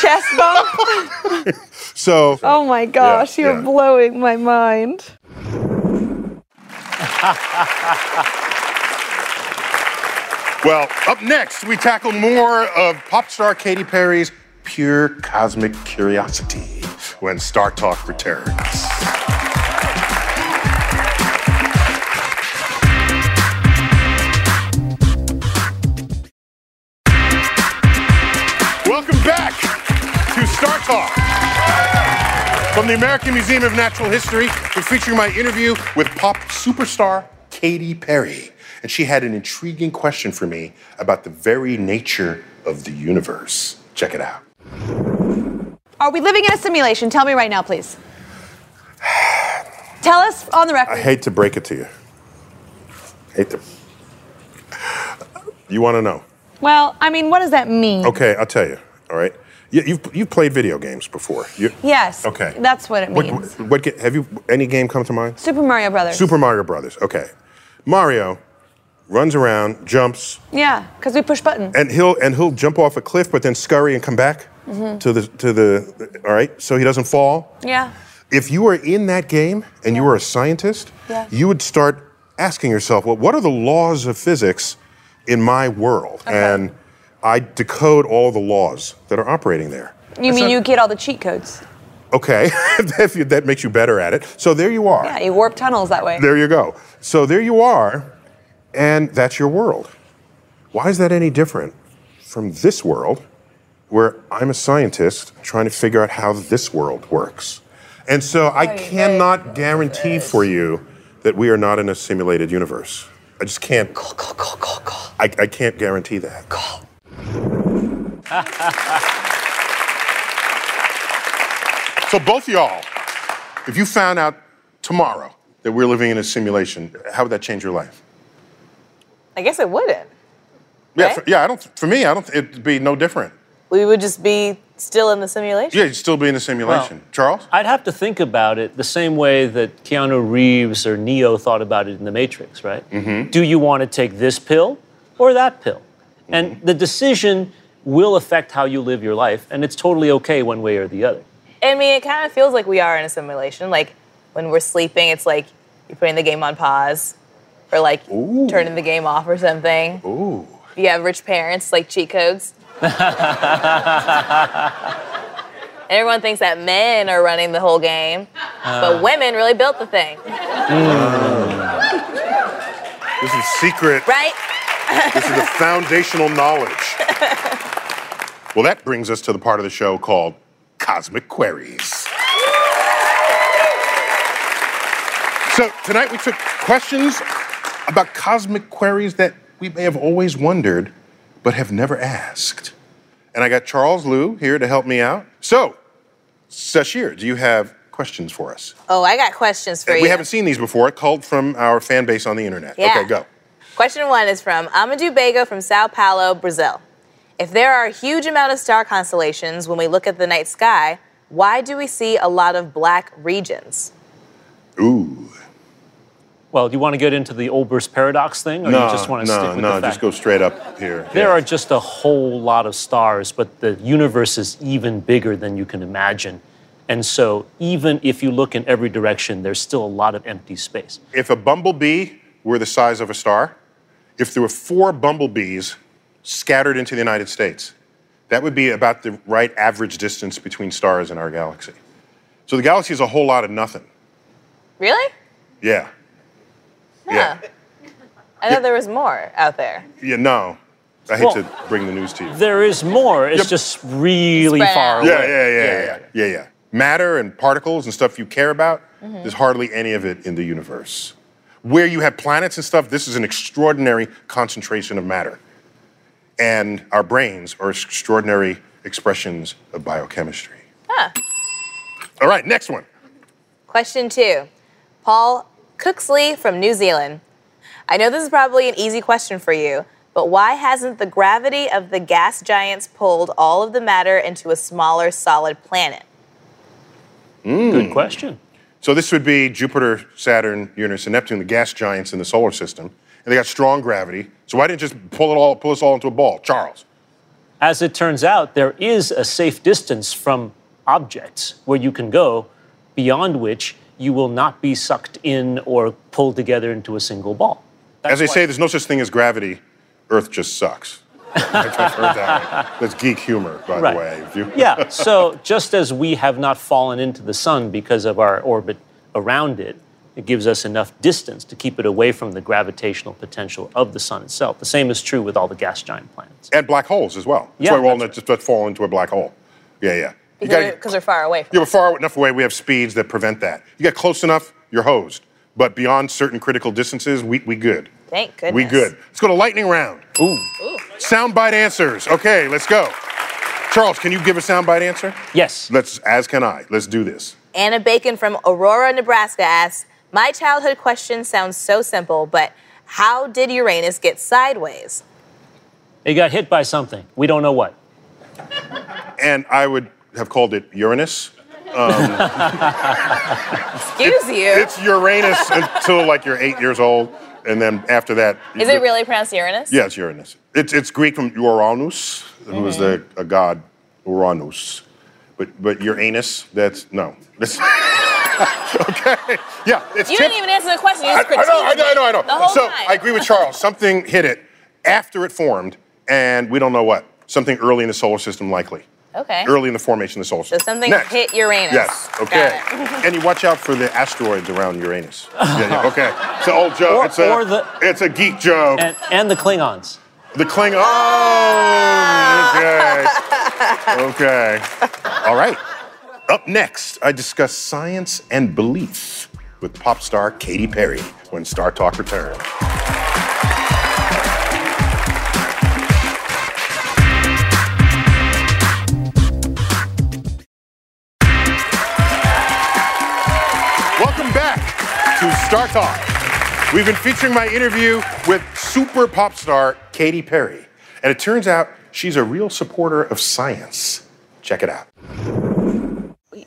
D: chest bump?
A: So.
D: oh my gosh,
A: Yeah,
D: you're
A: yeah.
D: blowing my mind.
A: Well, up next, we tackle more of pop star Katy Perry's pure cosmic curiosity when Star Talk returns. Welcome back to Star Talk. From the American Museum of Natural History, we're featuring my interview with pop superstar Katy Perry. And she had an intriguing question for me about the very nature of the universe. Check it out.
D: Are we living in a simulation? Tell me right now, please. Tell us on the
A: I
D: record.
A: hate to break it to you. Hate to. You want to know?
D: Well, I mean, what does that mean?
A: Okay, I'll tell you. All right. You, you've you've played video games before. You,
D: Yes.
A: Okay.
D: That's what it
A: What,
D: means.
A: what, what ge- have you? Any game come to mind?
D: Super Mario Brothers.
A: Super Mario Brothers. Okay. Mario runs around, jumps,
D: Yeah, because we push buttons.
A: and he'll and he'll jump off a cliff, but then scurry and come back to the to the. All right, so he doesn't fall.
D: Mm-hmm. Yeah.
A: If you were in that game and you were a scientist,
D: Yeah.
A: you would start asking yourself, well, what are the laws of physics in my world? And I decode all the laws that are operating there.
D: You mean you get all the cheat codes?
A: Okay, if you, that makes you better at it. So there you are.
D: Yeah, you warp tunnels that way.
A: There you go. So there you are, and that's your world. Why is that any different from this world where I'm a scientist trying to figure out how this world works? And so I cannot guarantee for you that we are not in a simulated universe. I just can't. I, I can't guarantee that. so both y'all, if you found out tomorrow that we're living in a simulation, how would that change your life?
B: I guess it wouldn't.
A: Yeah,
B: Right?
A: for, yeah. I don't. For me, I don't. It'd be no different.
B: we would just be still in the simulation.
A: Yeah, you'd still be in the simulation.
C: Well,
A: Charles?
C: I'd have to think about it the same way that Keanu Reeves or Neo thought about it in The Matrix, right? Do you want to take this pill or that pill? And the decision will affect how you live your life, and it's totally okay one way or the other.
B: I mean, it kind of feels like we are in a simulation. Like when we're sleeping, it's like you're putting the game on pause or like turning the game off or something. Ooh. You have rich parents, like cheat codes. And Everyone thinks that men are running the whole game,
A: Uh.
B: but women really built the thing,
A: This is secret.
B: right?
A: This is the foundational knowledge. well, that brings us to the part of the show called Cosmic Queries. So, tonight we took questions about cosmic queries that we may have always wondered but have never asked. And I got Charles Liu here to help me out. So, Sashir, do you have questions for us?
B: Oh, I got questions for you.
A: We haven't seen these before, called from our fan base on the internet.
B: Yeah.
A: Okay, go.
B: Question one is from Amadou Bego from Sao Paulo, Brazil. If there are a huge amount of star constellations when we look at the night sky, why do we see a lot of black regions?
A: Ooh.
C: Well, do you want to get into the Olbers paradox thing, or you just want to
A: no,
C: stick with
A: no,
C: the fact?
A: just go straight up here.
C: There
A: Yeah.
C: are just a whole lot of stars, but the universe is even bigger than you can imagine. And so, even if you look in every direction, there's still a lot of empty space.
A: If a bumblebee were the size of a star, if there were four bumblebees scattered into the United States, that would be about the right average distance between stars in our galaxy. So the galaxy is a whole lot of nothing.
B: Really?
A: Yeah. Yeah.
B: Huh. I thought there was more out there.
A: Yeah, no. I hate
C: Well-
A: to bring the news to you.
C: There is more, it's
A: Yep.
C: just really
B: Spread
C: far
B: out.
C: away.
A: yeah, yeah, yeah, yeah, yeah, yeah, yeah. Matter and particles and stuff you care about, there's hardly any of it in the universe. Where you have planets and stuff, this is an extraordinary concentration of matter. And our brains are extraordinary expressions of biochemistry. All right, next one.
B: Question two Paul Cooksley from New Zealand. I know this is probably an easy question for you, but why hasn't the gravity of the gas giants pulled all of the matter into a smaller solid planet?
A: Hmm.
C: Good question.
A: So this would be Jupiter, Saturn, Uranus, and Neptune, the gas giants in the solar system. And they got strong gravity. So why didn't it just pull it all, pull us all into a ball? Charles.
C: As it turns out, there is a safe distance from objects where you can go beyond which you will not be sucked in or pulled together into a single ball.
A: As they say, there's no such thing as gravity. Earth just sucks. I've heard that. one. That's geek humor, by
C: Right.
A: the way. If you-
C: yeah, so just as we have not fallen into the sun because of our orbit around it, it gives us enough distance to keep it away from the gravitational potential of the sun itself. The same is true with all the gas giant planets.
A: And black holes as well. That's
C: Yeah,
A: why we're all
C: that's
A: just fall into a black hole. Yeah, yeah. You gotta,
B: Because they're,
A: get-
B: 'cause they're far away from
A: yeah, but far enough away, we have speeds that prevent that. You get close enough, you're hosed. But beyond certain critical distances, we, we good.
B: Thank goodness.
A: We good. Let's go to lightning round.
C: Ooh.
A: Soundbite answers. Okay, let's go. Charles, can you give a soundbite answer?
C: Yes.
A: Let's, as can I. Let's do this.
B: Anna Bacon from Aurora, Nebraska asks My childhood question sounds so simple, but how did Uranus get sideways?
C: It got hit by something. We don't know what.
A: And I would have called it Uranus.
B: Excuse you.
A: It's Uranus until like you're eight years old, and then after that.
B: Is it really pronounced Uranus?
A: Yeah, it's Uranus. It's it's Greek from Uranus, who was the
B: Mm-hmm.
A: a god Uranus, but but Uranus. That's no. That's okay. Yeah, it's.
B: You
A: tip-
B: didn't even answer the question. You
A: I,
B: just
A: I know, I know, I know, I know.
B: critiqued it The whole
A: so
B: time.
A: I agree with Charles. Something hit it after it formed, and we don't know what. Something early in the solar system, likely.
B: Okay.
A: Early in the formation of the solar
B: So
A: system.
B: something
A: Next.
B: hit Uranus.
A: Yes.
B: Got
A: Okay.
B: it.
A: and you watch out for the asteroids around Uranus. Yeah, yeah, okay. It's an old joke.
C: Or-
A: it's, a,
C: or the-
A: it's a geek joke.
C: And, and the Klingons.
A: the Klingon.
B: Ah!
A: Oh, okay. okay. All right. Up next, I discuss science and belief with pop star Katy Perry when Star Talk returns. Welcome back to Star Talk. We've been featuring my interview with super pop star Katy Perry. And it turns out She's a real supporter of science. Check it out.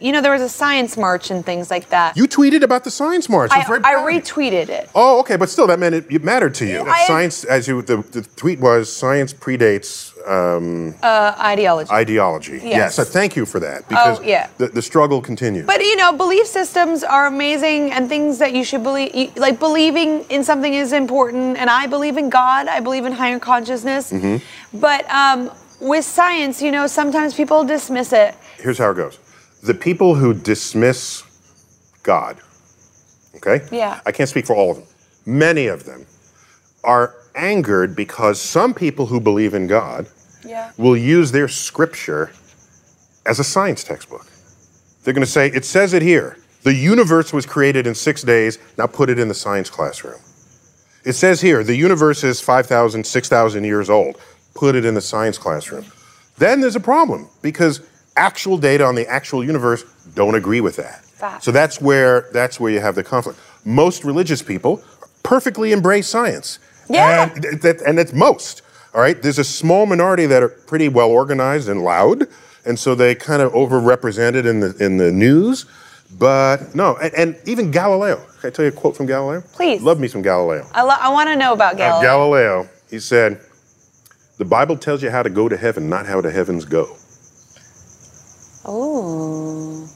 D: You know, there was a science march and things like that.
A: You tweeted about the science march.
D: I,
A: It's right
D: I
A: back.
D: retweeted it.
A: Oh, okay, but still, that meant it, it mattered to you.
D: I-
A: science, as you, the, the tweet was, science predates um,
D: Uh, ideology.
A: ideology. Yes. So thank you for that because
D: Oh, yeah.
A: the, the struggle continues.
D: But you know, belief systems are amazing and things that you should believe. you- Like believing in something is important, and I believe in God. I believe in higher consciousness. But um, with science, you know, sometimes people dismiss it.
A: Here's how it goes the people who dismiss God, okay?
D: Yeah.
A: I can't speak for all of them. Many of them are angered because some people who believe in God
D: Yeah.
A: will use their scripture as a science textbook. They're going to say, it says it here. The universe was created in six days. Now put it in the science classroom. It says here, the universe is 5,000, 6,000 years old. Put it in the science classroom. Then there's a problem because actual data on the actual universe don't agree with that.
D: Fact.
A: So that's where that's where you have the conflict. Most religious people perfectly embrace science.
D: Yeah.
A: And, th- that, and that's most. All right. There's a small minority that are pretty well organized and loud, and so they kind of overrepresented in the in the news. But no, and, and even Galileo. Can I tell you a quote from Galileo?
D: Please.
A: Love me some Galileo.
D: I, lo- I want to know about
A: Uh,
D: Galileo.
A: Galileo. He said, "The Bible tells you how to go to heaven, not how the heavens go."
D: Ooh.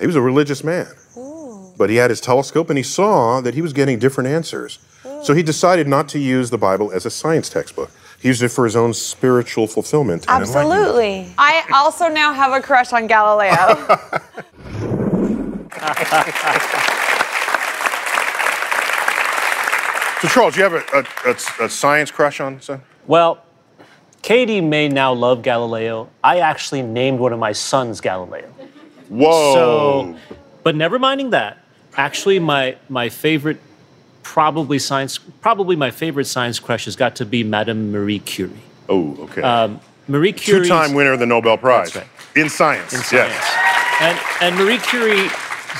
A: He was a religious man. But he had his telescope and he saw that he was getting different answers. So he decided not to use the Bible as a science textbook. He used it for his own spiritual fulfillment. and enlightenment.
D: Absolutely. I also now have a crush on Galileo.
A: So, Charles, you have a, a, a- a science crush on son?
C: Well, Katie may now love Galileo. I actually named one of my sons Galileo.
A: Whoa.
C: So, but never minding that, actually, my my favorite, probably science, probably my favorite science crush has got to be Madame Marie Curie.
A: oh, okay.
C: Marie Curie.
A: Two time winner of the Nobel Prize
C: uh, right.
A: in science.
C: in science. And, and Marie Curie's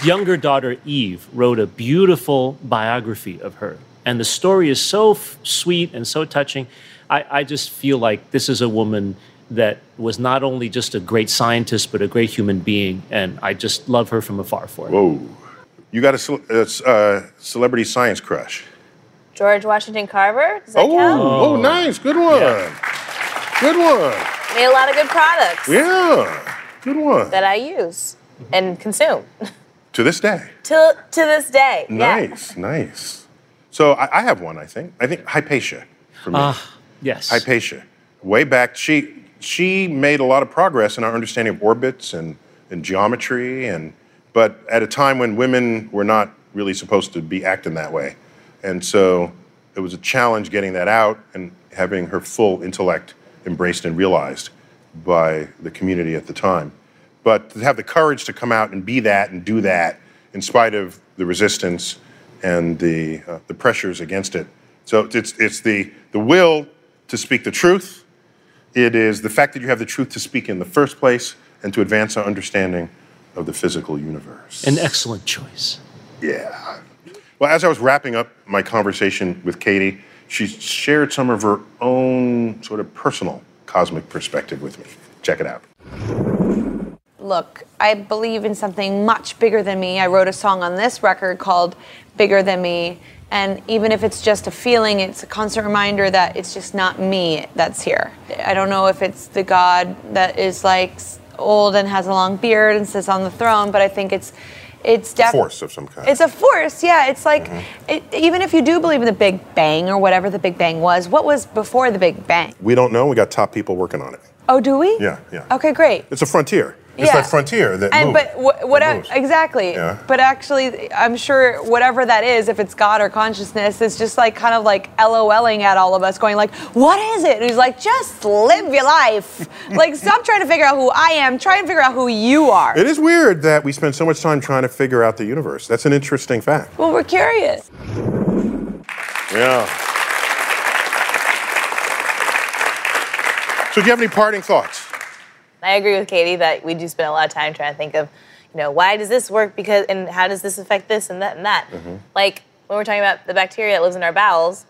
C: younger daughter Eve wrote a beautiful biography of her. And the story is so f- sweet and so touching. I, I just feel like this is a woman that was not only just a great scientist, but a great human being. And I just love her from afar for it.
A: Whoa. Oh. You got a, cel- a c- uh, celebrity science crush.
B: George Washington Carver? Does that
A: Oh,
B: count?
A: oh, nice. Good one. Good one.
B: Made a lot of good products
A: Yeah. Good one.
B: that I use and consume
A: to this day.
B: till to this day. yeah.
A: Nice, nice. So I, I have one. I think. I think Hypatia for me.
C: Yes.
A: Hypatia. Way back, she she made a lot of progress in our understanding of orbits and and geometry, and but at a time when women were not really supposed to be acting that way, and so it was a challenge getting that out and having her full intellect embraced and realized by the community at the time. But to have the courage to come out and be that and do that in spite of the resistance and the, uh, the pressures against it. So it's, it's the, the will to speak the truth. It is the fact that you have the truth to speak in the first place and to advance our understanding of the physical universe.
C: An excellent choice.
A: Yeah. Well, as I was wrapping up my conversation with Katie, she shared some of her own sort of personal cosmic perspective with me. Check it out.
D: Look, I believe in something much bigger than me. I wrote a song on this record called Bigger Than Me. And even if it's just a feeling, it's a constant reminder that it's just not me that's here. I don't know if it's the God that is like s- old and has a long beard and sits on the throne, but I think it's it's definitely
A: Force of some kind. Mm-hmm.
D: it's a force, yeah. It's like, it, even if you do believe in the Big Bang or whatever the Big Bang was, what was before the Big Bang?
A: we don't know. We got top people working on it.
D: Oh, do we?
A: Yeah, yeah.
D: Okay, great.
A: It's a frontier. It's
D: Yeah.
A: that frontier that
D: And
A: moves.
D: but wh- what
A: That moves.
D: exactly?
A: Yeah.
D: But actually, I'm sure whatever that is, if it's God or consciousness, it's just like kind of like LOLing at all of us, going like, "What is it?" And he's like, "Just live your life. like, stop trying to figure out who I am. Try and figure out who you are."
A: It is weird that we spend so much time trying to figure out the universe. That's an interesting fact.
D: well, we're curious.
A: Yeah. So, do you have any parting thoughts?
B: I agree with Katie that we do spend a lot of time trying to think of, you know, why does this work because and how does this affect this and that and that. Like when we're talking about the bacteria that lives in our bowels,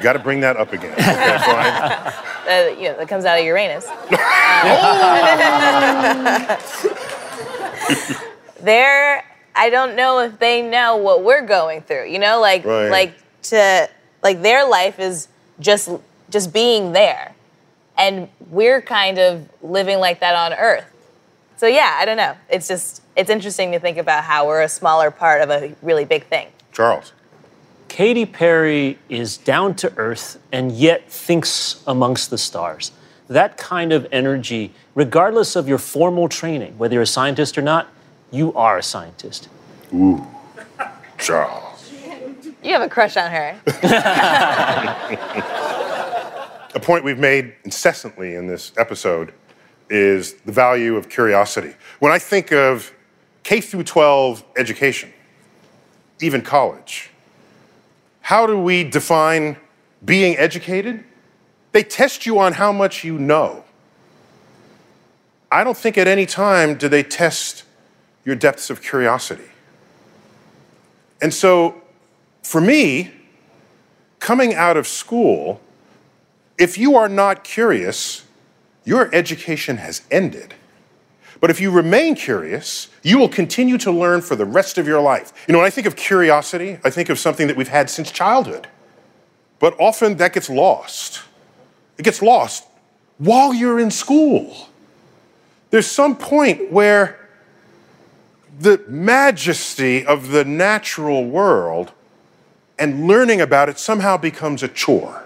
A: Got to bring that up again. Okay, fine.
B: Uh, you know, that comes out of Uranus. They're, Um, I don't know if they know what we're going through. You know, like
A: Right.
B: like to like their life is just just being there, and we're kind of living like that on Earth. So yeah, I don't know. It's just it's interesting to think about how we're a smaller part of a really big thing.
A: Charles.
C: Katy Perry is down to earth and yet thinks amongst the stars. That kind of energy, regardless of your formal training, whether you're a scientist or not, you are a scientist.
A: Ooh. Charles.
B: You have a crush on her.
A: A point we've made incessantly in this episode is the value of curiosity. When I think of K through 12 education, even college, how do we define being educated? They test you on how much you know. I don't think at any time do they test your depths of curiosity. And so, for me, coming out of school, if you are not curious, your education has ended. But if you remain curious, you will continue to learn for the rest of your life. You know, when I think of curiosity, I think of something that we've had since childhood. But often that gets lost. It gets lost while you're in school. There's some point where the majesty of the natural world and learning about it somehow becomes a chore.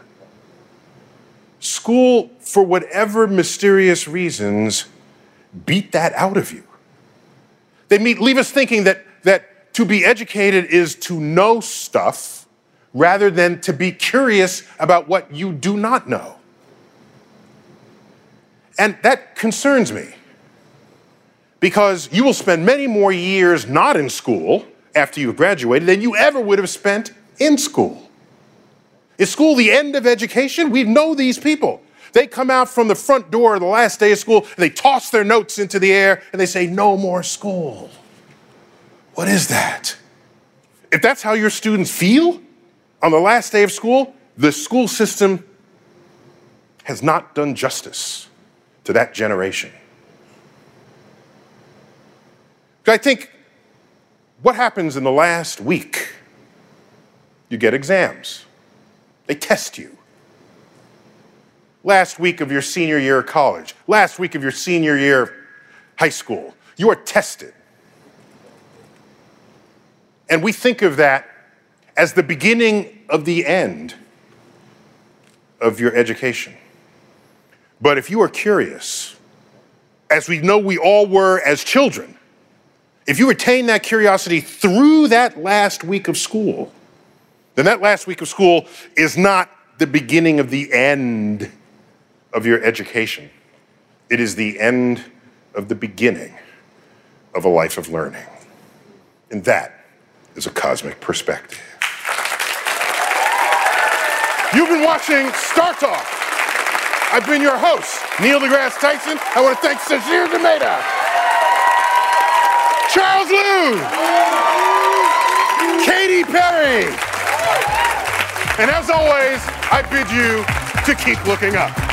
A: School, for whatever mysterious reasons, beat that out of you. They meet, leave us thinking that, that to be educated is to know stuff rather than to be curious about what you do not know. And that concerns me because you will spend many more years not in school after you've graduated than you ever would have spent in school. Is school the end of education? We know these people. They come out from the front door the last day of school, and they toss their notes into the air, and they say, No more school. What is that? If that's how your students feel on the last day of school, the school system has not done justice to that generation. I think what happens in the last week? You get exams, they test you. Last week of your senior year of college, last week of your senior year of high school, you are tested. And we think of that as the beginning of the end of your education. But if you are curious, as we know we all were as children, if you retain that curiosity through that last week of school, then that last week of school is not the beginning of the end of your education. It is the end of the beginning of a life of learning. And that is a cosmic perspective. You've been watching Star Talk. I've been your host, Neil deGrasse Tyson. I want to thank Sajir Demeda. Charles Liu, Katy Perry. And as always, I bid you to keep looking up.